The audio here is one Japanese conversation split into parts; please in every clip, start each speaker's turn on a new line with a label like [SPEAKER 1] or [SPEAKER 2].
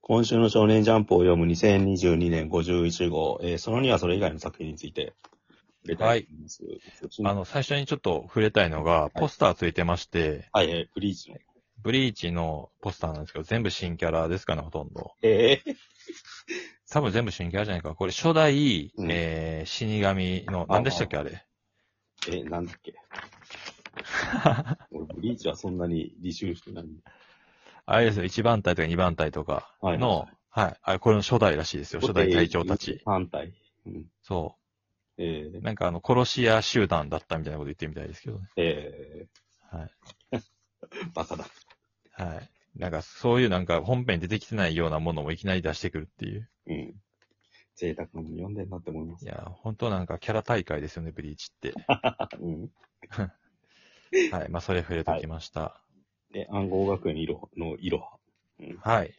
[SPEAKER 1] 今週の少年ジャンプを読む2022年51号、えーその2はそれ以外の作品について触れたいと思います。
[SPEAKER 2] あの、最初にちょっと触れたいのが、ポスターついてまして、
[SPEAKER 1] はい、えーブリーチの。
[SPEAKER 2] ブリーチのポスターなんですけど、全部新キャラですかね、ほとんど。
[SPEAKER 1] えー、
[SPEAKER 2] 多分全部新キャラじゃないか。これ、初代、
[SPEAKER 1] うん
[SPEAKER 2] えー、死神の、何でしたっけ、あれ。
[SPEAKER 1] えーなんだ っけ俺、ブリーチはそんなに履修してない。
[SPEAKER 2] あれですよ、1番隊とか2番隊とかの、はい、あれ、これの初代らしいですよ、初代隊長たち。
[SPEAKER 1] 反対。うん。
[SPEAKER 2] そ
[SPEAKER 1] え
[SPEAKER 2] う。
[SPEAKER 1] ー、
[SPEAKER 2] なんかあの、殺し屋集団だったみたいなこと言ってみたいですけどね。
[SPEAKER 1] え
[SPEAKER 2] はい。
[SPEAKER 1] ー、 バカだ。
[SPEAKER 2] はい。なんか、そういうなんか、本編に出てきてないようなものもいきなり出してくるっていう。
[SPEAKER 1] うん。贅沢なもの読んでんなって思いま
[SPEAKER 2] い
[SPEAKER 1] す。
[SPEAKER 2] や、本当なんか、キャラ大会ですよね、ブリーチって。
[SPEAKER 1] うん。
[SPEAKER 2] はい。まあ、それ触れときました。
[SPEAKER 1] で、暗号学園いろのいろは。
[SPEAKER 2] はい。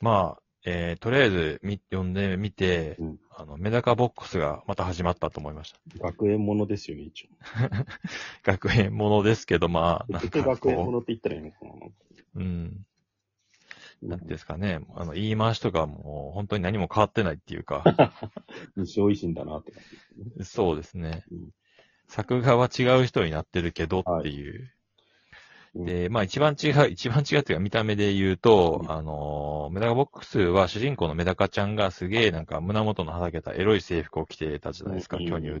[SPEAKER 2] まあ、えー、とりあえず、み、読んでみて、
[SPEAKER 1] うん
[SPEAKER 2] あの、メダカボックスがまた始まったと思いました。
[SPEAKER 1] 学園ものですよね、一応。
[SPEAKER 2] 学園ものですけど、まあ、な ん
[SPEAKER 1] 結局
[SPEAKER 2] か
[SPEAKER 1] 学園も
[SPEAKER 2] こ
[SPEAKER 1] のって言ったらいいのか
[SPEAKER 2] う、うん、
[SPEAKER 1] な
[SPEAKER 2] なんていうんですかね、あの、言い回しとかも、本当に何も変わってないっていうか、
[SPEAKER 1] 西尾維新だなって感じですね。
[SPEAKER 2] そうですね
[SPEAKER 1] うん。
[SPEAKER 2] 作画は違う人になってるけどっていう。
[SPEAKER 1] うん
[SPEAKER 2] で、まあ一番違う、 一番違うっていうか見た目で言うと、
[SPEAKER 1] うん
[SPEAKER 2] あのー、メダカボックスは主人公のメダカちゃんがすげえなんか胸元のはだけたエロい制服を着てたじゃないですか、
[SPEAKER 1] うん
[SPEAKER 2] 巨乳で。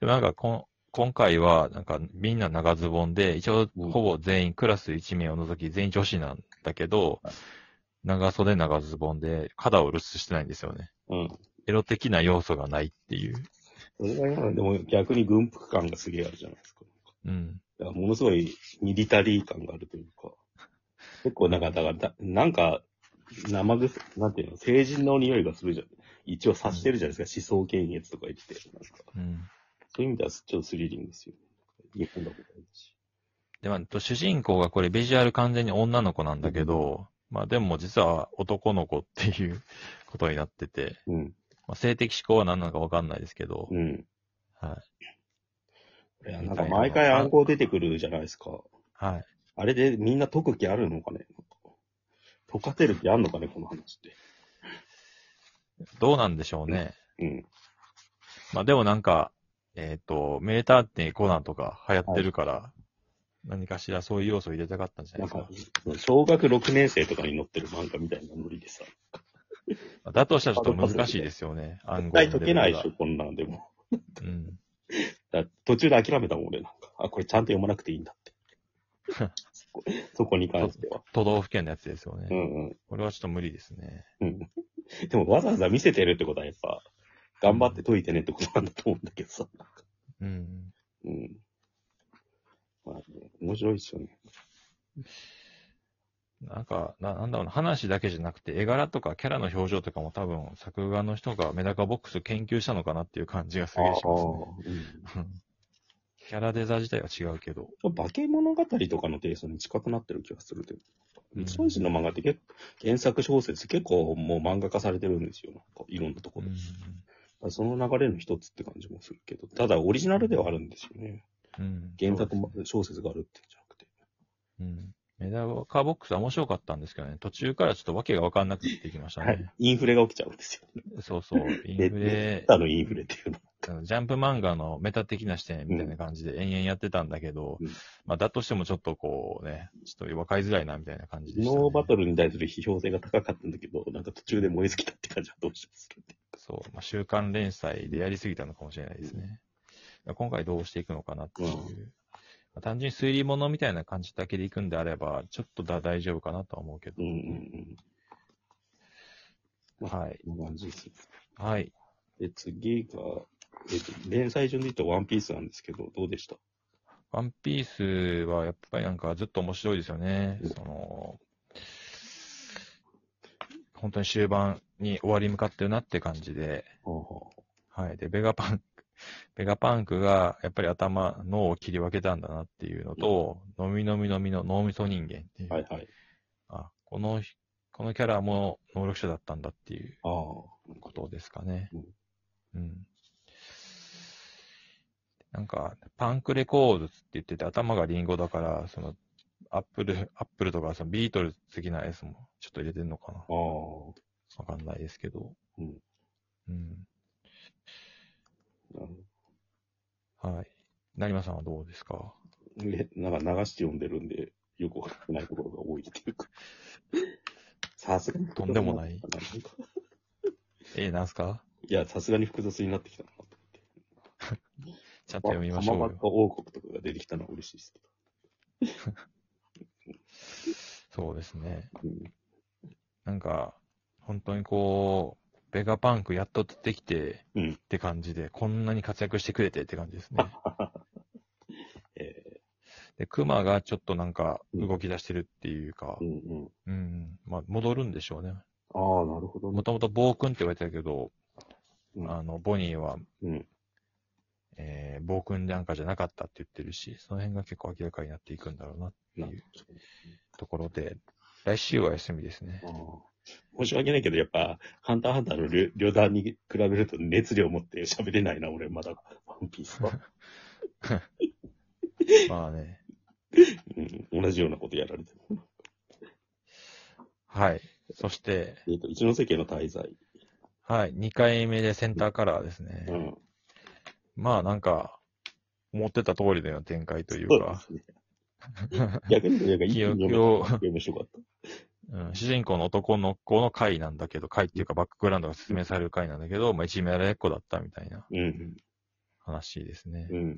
[SPEAKER 2] でもなんかこん今回はなんかみんな長ズボンで、一応
[SPEAKER 1] うん
[SPEAKER 2] ほぼ全員クラス1名を除き全員女子なんだけど、長袖長ズボンで肩を露出してないんですよね。
[SPEAKER 1] うん。
[SPEAKER 2] エロ的な要素がないっていう。
[SPEAKER 1] それが今のでも逆に軍服感がすげえあるじゃないですか。
[SPEAKER 2] うん。
[SPEAKER 1] だからものすごいミリタリー感があるというか。結構なんか、だからだ、なんか、生ぐなんていうの、成人の匂いがするじゃん。一応察してるじゃないですか、思想検閲とか言って。なんか
[SPEAKER 2] うん。
[SPEAKER 1] そういう意味ではちょっとスリリングですよ。日本だことないし。
[SPEAKER 2] で、まあえっと、主人公がこれビジュアル完全に女の子なんだけど、まあでも実は男の子っていうことになってて、
[SPEAKER 1] うん。
[SPEAKER 2] まあ、性的指向は何なのかわかんないですけど、
[SPEAKER 1] うん。
[SPEAKER 2] はい
[SPEAKER 1] やなんか毎回暗号出てくるじゃないですか。
[SPEAKER 2] い。はい。
[SPEAKER 1] あれでみんな解く気あるのかね解かせる気あんのかねこの話って。
[SPEAKER 2] どうなんでしょうね。
[SPEAKER 1] うん。
[SPEAKER 2] まあでもなんか、えっ、と、名探偵コナンとか流行ってるから、何かしらそういう要素を入れたかったんじゃな
[SPEAKER 1] ないん
[SPEAKER 2] ですか
[SPEAKER 1] か。、小学6年生とかに載ってる漫画みたいなノリでさ。
[SPEAKER 2] まあだとしたらちょっと難しいですよね。暗
[SPEAKER 1] 絶
[SPEAKER 2] 号の
[SPEAKER 1] 対
[SPEAKER 2] レベ
[SPEAKER 1] 解
[SPEAKER 2] ル
[SPEAKER 1] けないで
[SPEAKER 2] が
[SPEAKER 1] しょ、こんなんでも。
[SPEAKER 2] うん。
[SPEAKER 1] だから途中で諦めたもん、俺なんか。あ、これちゃんと読まなくていいんだって。 そこそこに関しては。
[SPEAKER 2] 都道府県のやつですよね。
[SPEAKER 1] うんうん
[SPEAKER 2] これはちょっと無理ですね。
[SPEAKER 1] うん。でもわざわざ見せてるってことはやっぱ、頑張って解いてねってことなんだと思うんだけどさ。
[SPEAKER 2] うん。
[SPEAKER 1] うん。まあね、面白いっすよね。
[SPEAKER 2] なんか、ななんだろうな、話だけじゃなくて、絵柄とかキャラの表情とかも多分、作画の人がメダカボックス研究したのかなっていう感じがすげえしますね。
[SPEAKER 1] あーうん
[SPEAKER 2] うんキャラデザ自体は違うけど。
[SPEAKER 1] 化け物語とかのテイストに近くなってる気がするけど。
[SPEAKER 2] うん
[SPEAKER 1] 三人の漫画って結構、原作小説結構もう漫画化されてるんですよ。なんかいろんなとこ
[SPEAKER 2] う
[SPEAKER 1] ろ
[SPEAKER 2] ん
[SPEAKER 1] で。その流れの一つって感じもするけど。ただオリジナルではあるんですよね。
[SPEAKER 2] うん
[SPEAKER 1] 原作
[SPEAKER 2] そう
[SPEAKER 1] も小説があるってんじゃなくて。
[SPEAKER 2] ですねうんメダカボックスは面白かったんですけどね、途中からちょっと訳が分かんなくなってきました
[SPEAKER 1] は
[SPEAKER 2] ね
[SPEAKER 1] い。。インフレが起きちゃうんですよ。
[SPEAKER 2] そう そう。インフレ
[SPEAKER 1] で、ただのインフレっていうの。
[SPEAKER 2] あのジャンプ漫画のメタ的な視点みたいな感じで延々やってたんだけど、
[SPEAKER 1] うん
[SPEAKER 2] まあ、だとしてもちょっとこうね、ちょっと分かりづらいなみたいな感じでした、ね。
[SPEAKER 1] ノーバトルに対する批評性が高かったんだけど、なんか途中で燃え尽きたって感じはどうしてもするって。
[SPEAKER 2] そう、まあ、週刊連載でやりすぎたのかもしれないですね。今回どうしていくのかなっていう。
[SPEAKER 1] うん
[SPEAKER 2] まあ単純に推理物みたいな感じだけでいくんであれば、ちょっとだ大丈夫かなとは思うけど
[SPEAKER 1] うん。うんうん。
[SPEAKER 2] はい。
[SPEAKER 1] こんな感じですね。
[SPEAKER 2] はい。
[SPEAKER 1] で、次が、えっと、連載順で言うとワンピースなんですけど、どうでした
[SPEAKER 2] ワンピースはやっぱりなんかずっと面白いですよね
[SPEAKER 1] うん。
[SPEAKER 2] その、本当に終盤に終わりに向かってるなって感じで、はい。で、ベガパンク、 ベガパンクが、やっぱり頭、脳を切り分けたんだなっていうのと、のみのみのみの脳みそ人間っていう。
[SPEAKER 1] はいはい。
[SPEAKER 2] あ、このひ、このキャラも能力者だったんだっていう
[SPEAKER 1] ああ。
[SPEAKER 2] ことですかね
[SPEAKER 1] うん。
[SPEAKER 2] うん。なんか、パンクレコードって言ってて頭がリンゴだから、その、アップル、アップルとかそのビートルズ的なやつもちょっと入れてんのかな。
[SPEAKER 1] ああ。
[SPEAKER 2] わかんないですけど。
[SPEAKER 1] うん。
[SPEAKER 2] うん。
[SPEAKER 1] なるほど
[SPEAKER 2] はい。成馬さんはどうですか
[SPEAKER 1] え、なんか流して読んでるんで、よくわかってないところが多いっていうか。さすがに。
[SPEAKER 2] とんでもない
[SPEAKER 1] んか
[SPEAKER 2] えー、なんすか
[SPEAKER 1] いや、さすがに複雑になってきたなと思って。
[SPEAKER 2] ちゃんと読みましょう
[SPEAKER 1] 浜
[SPEAKER 2] よ
[SPEAKER 1] 松。王国とかが出てきたのは嬉しいですけ
[SPEAKER 2] そうですね。
[SPEAKER 1] ど。うん
[SPEAKER 2] なんか、本当にこう、ベガパンクやっと出てきて、
[SPEAKER 1] うん
[SPEAKER 2] って感じで、こんなに活躍してくれてって感じですね。
[SPEAKER 1] え
[SPEAKER 2] で、クマがちょっとなんか
[SPEAKER 1] うん
[SPEAKER 2] 動き出してるっていうか、
[SPEAKER 1] う
[SPEAKER 2] うんん、
[SPEAKER 1] うん。
[SPEAKER 2] まあ戻るんでしょうね。
[SPEAKER 1] ああ、なるほどね
[SPEAKER 2] も。ともと暴君って言われてたけど、
[SPEAKER 1] うん
[SPEAKER 2] あの、ボニーは、
[SPEAKER 1] うん。
[SPEAKER 2] えー、暴君なんかじゃなかったって言ってるし、その辺が結構明らかになっていくんだろうなって
[SPEAKER 1] なん
[SPEAKER 2] いうところで、来週は休みですね
[SPEAKER 1] あ。あ申し訳ないけど、やっぱ、ハンターハンターの旅旅団に比べると熱量持って喋れないな、俺、まだ、ワンピースは。
[SPEAKER 2] まあね、
[SPEAKER 1] うん、同じようなことやられても。
[SPEAKER 2] はい。そして、
[SPEAKER 1] えっ、と、一ノ瀬家の滞在。
[SPEAKER 2] はい、2回目でセンターカラーですね。
[SPEAKER 1] うん。
[SPEAKER 2] まあなんか、思ってた通りの展開という
[SPEAKER 1] そう
[SPEAKER 2] か、
[SPEAKER 1] ですね。 逆に、なんか、一気に
[SPEAKER 2] 記
[SPEAKER 1] 読め
[SPEAKER 2] 憶
[SPEAKER 1] た
[SPEAKER 2] を、
[SPEAKER 1] 読めしよかった。
[SPEAKER 2] うん主人公の男の子の回なんだけど、回っていうかバックグラウンドが説明される回なんだけど、まあいじめられっ子だったみたいな
[SPEAKER 1] うん。
[SPEAKER 2] 話ですね
[SPEAKER 1] う。ん。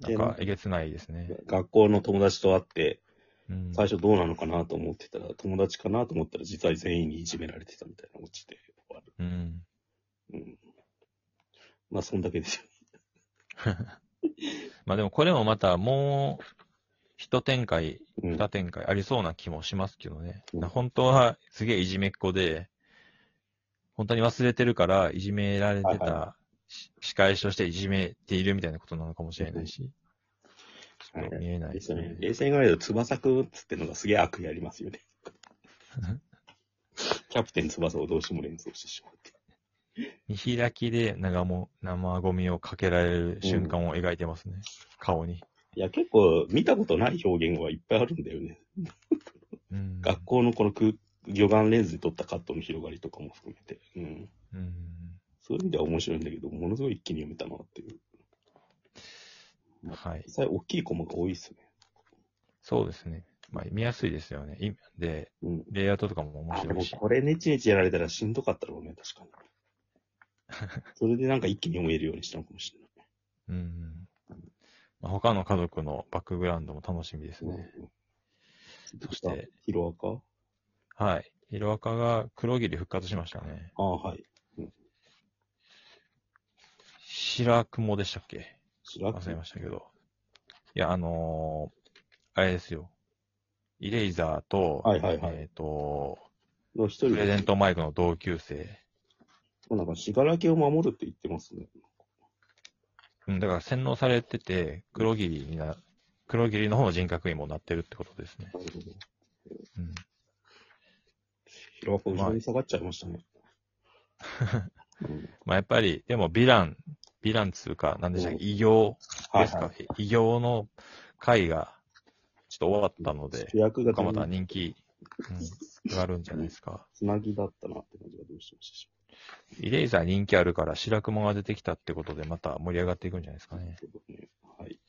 [SPEAKER 2] なんか、えげつないですね。
[SPEAKER 1] 学校の友達と会って、
[SPEAKER 2] うん、
[SPEAKER 1] 最初どうなのかなと思ってたら、友達かなと思ったら、実は全員にいじめられてたみたいなオチで終わる。
[SPEAKER 2] うん。
[SPEAKER 1] うん。まあ、そんだけですよ。
[SPEAKER 2] まあでもこれもまたもう、一展開、
[SPEAKER 1] うん
[SPEAKER 2] 二展開ありそうな気もしますけどね。
[SPEAKER 1] うん
[SPEAKER 2] 本当はすげえいじめっ子で、本当に忘れてるから、いじめられて
[SPEAKER 1] はい
[SPEAKER 2] た、し仕返しをしていじめているみたいなことなのかもしれないし。ち
[SPEAKER 1] うん
[SPEAKER 2] ょっと見えない
[SPEAKER 1] で
[SPEAKER 2] ですす
[SPEAKER 1] よね
[SPEAKER 2] ね。。
[SPEAKER 1] 冷静に考えると、翼くんっつってのがすげえ悪意あります よね。キャプテン翼をどうしても連想してしまうって。
[SPEAKER 2] 見開きで長も生ゴミをかけられる瞬間を描いてますね。顔に。
[SPEAKER 1] いや、結構見たことない表現はいっぱいあるんだよね。
[SPEAKER 2] うん。
[SPEAKER 1] 学校のこの空魚眼レンズで撮ったカットの広がりとかも含めて。うん。
[SPEAKER 2] うん。
[SPEAKER 1] そういう意味では面白いんだけど、ものすごい一気に読めたなっていう。
[SPEAKER 2] はい
[SPEAKER 1] 実。際大きいコマが多いっすね。
[SPEAKER 2] そうですね。まあ見やすいですよね。いで、
[SPEAKER 1] うん。
[SPEAKER 2] レイアウトとかも面
[SPEAKER 1] あ、で
[SPEAKER 2] 白い
[SPEAKER 1] も
[SPEAKER 2] し。
[SPEAKER 1] これネチネチやられたらしんどかったろうね、確か に。それでなんか一気に読めるようにしたのかもしれない。
[SPEAKER 2] うん。まあ、他の家族のバックグラウンドも楽しみです
[SPEAKER 1] うん
[SPEAKER 2] ね。
[SPEAKER 1] そ
[SPEAKER 2] そ
[SPEAKER 1] し
[SPEAKER 2] してて、
[SPEAKER 1] ヒロアカ
[SPEAKER 2] はい。ヒロアカが黒霧復活しましたね。
[SPEAKER 1] ああ、はい。
[SPEAKER 2] 白雲でしたっけ
[SPEAKER 1] 白
[SPEAKER 2] 忘れましたけど。いや、あのーあれですよ。イレイザーと、
[SPEAKER 1] はいはいはい
[SPEAKER 2] えっ、と、
[SPEAKER 1] の一人
[SPEAKER 2] プ
[SPEAKER 1] で
[SPEAKER 2] レゼントマイクの同級生。
[SPEAKER 1] なんか、しがらけを守るって言ってますね。
[SPEAKER 2] うん、だから洗脳されてて、黒霧にな、黒霧の方の人格にもなってるってことですね。
[SPEAKER 1] なるほど。
[SPEAKER 2] うん。
[SPEAKER 1] ヒロアカ後ろに下がっちゃいました ね。うん
[SPEAKER 2] まあやっぱり、でもヴィラン、ヴィランつうか、なんでしたっけ、異形
[SPEAKER 1] はい
[SPEAKER 2] ですか、
[SPEAKER 1] は
[SPEAKER 2] 異形の回がちょっと終わったの
[SPEAKER 1] い。
[SPEAKER 2] で
[SPEAKER 1] 主、役が
[SPEAKER 2] 他また人気、うん、上がるんじゃないですか。
[SPEAKER 1] つなぎだったなって感じがどうしてもしてし
[SPEAKER 2] イレイザー人気あるから、白雲が出てきたってことで、また盛り上がっていくんじゃないですか
[SPEAKER 1] まう
[SPEAKER 2] ね。
[SPEAKER 1] けどね。はい。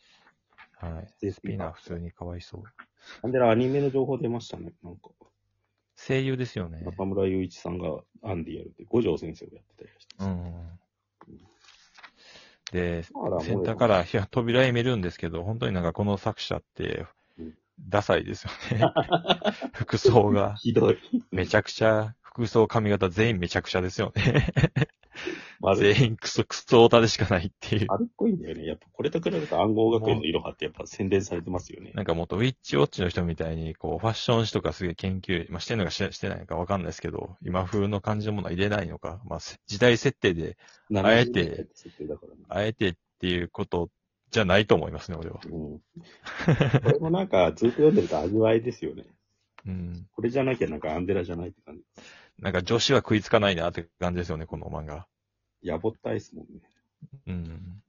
[SPEAKER 2] はい。
[SPEAKER 1] で
[SPEAKER 2] スピナー普通にかわいそう。
[SPEAKER 1] なんでアニメの情報出ましたね。なんか、
[SPEAKER 2] 声優ですよね。
[SPEAKER 1] 中村雄一さんがアンディやるって、五条先生がやってたりして
[SPEAKER 2] う
[SPEAKER 1] た。
[SPEAKER 2] ん。で、
[SPEAKER 1] あら
[SPEAKER 2] センターからいや扉へ見るんですけど、本当になんかこの作者って
[SPEAKER 1] うん、
[SPEAKER 2] ダサいですよね。 服装が。
[SPEAKER 1] ひどい。
[SPEAKER 2] めちゃくちゃ、服装、髪型全員めちゃくちゃですよね。
[SPEAKER 1] 丸い。
[SPEAKER 2] 全員クソ、クソオタでしかないっていう。
[SPEAKER 1] 丸っこいんだよね。やっぱこれと比べると暗号学園のいろはってやっぱ宣伝されてますよね。
[SPEAKER 2] なんかもっとウィッチウォッチの人みたいに、こう、ファッション誌とかすげえ研究、まあ、してんのかししてないのかわかんないですけど、今風の感じのものは入れないのか、まあ、せ時代設定で、 あえて
[SPEAKER 1] 70年代って設定だからね。
[SPEAKER 2] あえてっていうことじゃないと思いますね、俺は。
[SPEAKER 1] うん。これもなんか、ずっと読んでると味わいですよね。
[SPEAKER 2] うん。
[SPEAKER 1] これじゃなきゃなんかアンデラじゃないって感じ。
[SPEAKER 2] なんか女子は食いつかないなって感じですよね、この漫画。
[SPEAKER 1] やぼったいですもんね。
[SPEAKER 2] うん。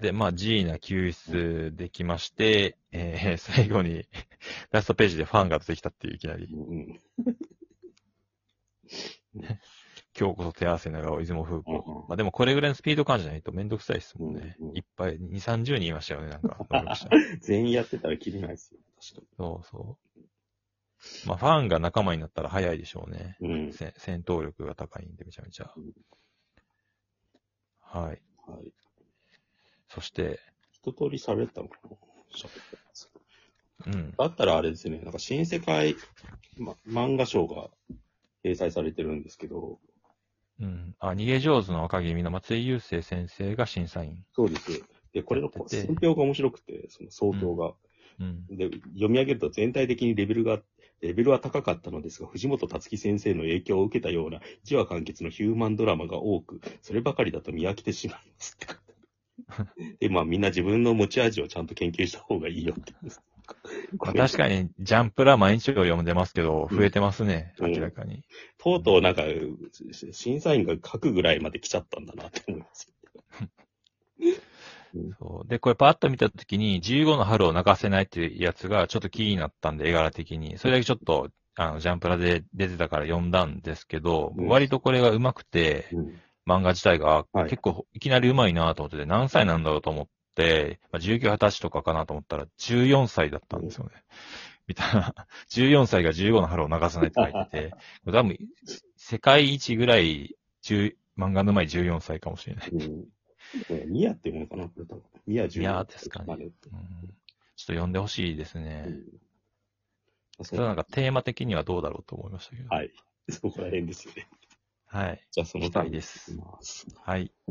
[SPEAKER 2] で、まあ、ジーナ救出できまして、えー最後に、 ラストページでファンが出てきたっていう、いきなり、
[SPEAKER 1] うん。
[SPEAKER 2] 今日こそ手合わせ長尾、出雲風
[SPEAKER 1] うんう
[SPEAKER 2] 光
[SPEAKER 1] ん。
[SPEAKER 2] まあ、でもこれぐらいのスピード感じゃないとめんどくさいですもんね
[SPEAKER 1] うんう。ん
[SPEAKER 2] いっぱい、2、30人いましたよ ね、なんか。登録者
[SPEAKER 1] 全員やってたら切れないですよ。確か
[SPEAKER 2] そうそう。まあ、ファンが仲間になったら早いでしょうね。
[SPEAKER 1] に。うん。
[SPEAKER 2] せ戦闘力が高いんで、めちゃめちゃ
[SPEAKER 1] うん。
[SPEAKER 2] はい。
[SPEAKER 1] はい。
[SPEAKER 2] そして、
[SPEAKER 1] 一通り喋ったのかな喋ったんですけど
[SPEAKER 2] うん。
[SPEAKER 1] だったらあれですね、なんか新世界、ま、漫画賞が掲載されてるんですけど、
[SPEAKER 2] うん。あ、逃げ上手の若君の松井雄生先生が審査員。
[SPEAKER 1] そうです。で、これの
[SPEAKER 2] やってて
[SPEAKER 1] 選評が面白くて、その総評が。
[SPEAKER 2] うん。
[SPEAKER 1] で、読み上げると全体的にレベルが、レベルは高かったのですが、藤本達樹先生の影響を受けたような一話完結のヒューマンドラマが多く、そればかりだと見飽きてしまいますって書いてあ るで、まあみんな自分の持ち味をちゃんと研究した方がいいよって。
[SPEAKER 2] まあ、確かに、ジャンプラ毎日より読んでますけど、増えてますね、
[SPEAKER 1] うん
[SPEAKER 2] 明らかに。
[SPEAKER 1] とうとうなんか、し審査員が書くぐらいまで来ちゃったんだなって思います。
[SPEAKER 2] そうで、これパッと見たときに、15の春を泣かせないっていうやつがちょっと気になったんで、絵柄的に。それだけちょっと、あの、ジャンプラで出てたから読んだんですけど、
[SPEAKER 1] うん
[SPEAKER 2] 割とこれが上手くて、漫画自体が
[SPEAKER 1] はい
[SPEAKER 2] 結構いきなり上手いなと思ってて、何歳なんだろうと思って、まあ、19、20歳とかかなと思ったら14歳だったんですよね。みたいな。14歳が15の春を流さないって書いてて、これ多分、世界一ぐらい10漫画の上手い14歳かもしれない。
[SPEAKER 1] うん。ミヤっていうものかなこれ多分。ミヤ
[SPEAKER 2] ミヤですかね
[SPEAKER 1] まって
[SPEAKER 2] うん、ちょっと読んでほしいですね。
[SPEAKER 1] うんそ
[SPEAKER 2] た だなん
[SPEAKER 1] う
[SPEAKER 2] かテーマ的にはどうだろうと思いましたけど。
[SPEAKER 1] はいそこら辺ですよね。
[SPEAKER 2] はい。
[SPEAKER 1] じゃあその
[SPEAKER 2] 期待です
[SPEAKER 1] 行きます
[SPEAKER 2] はい。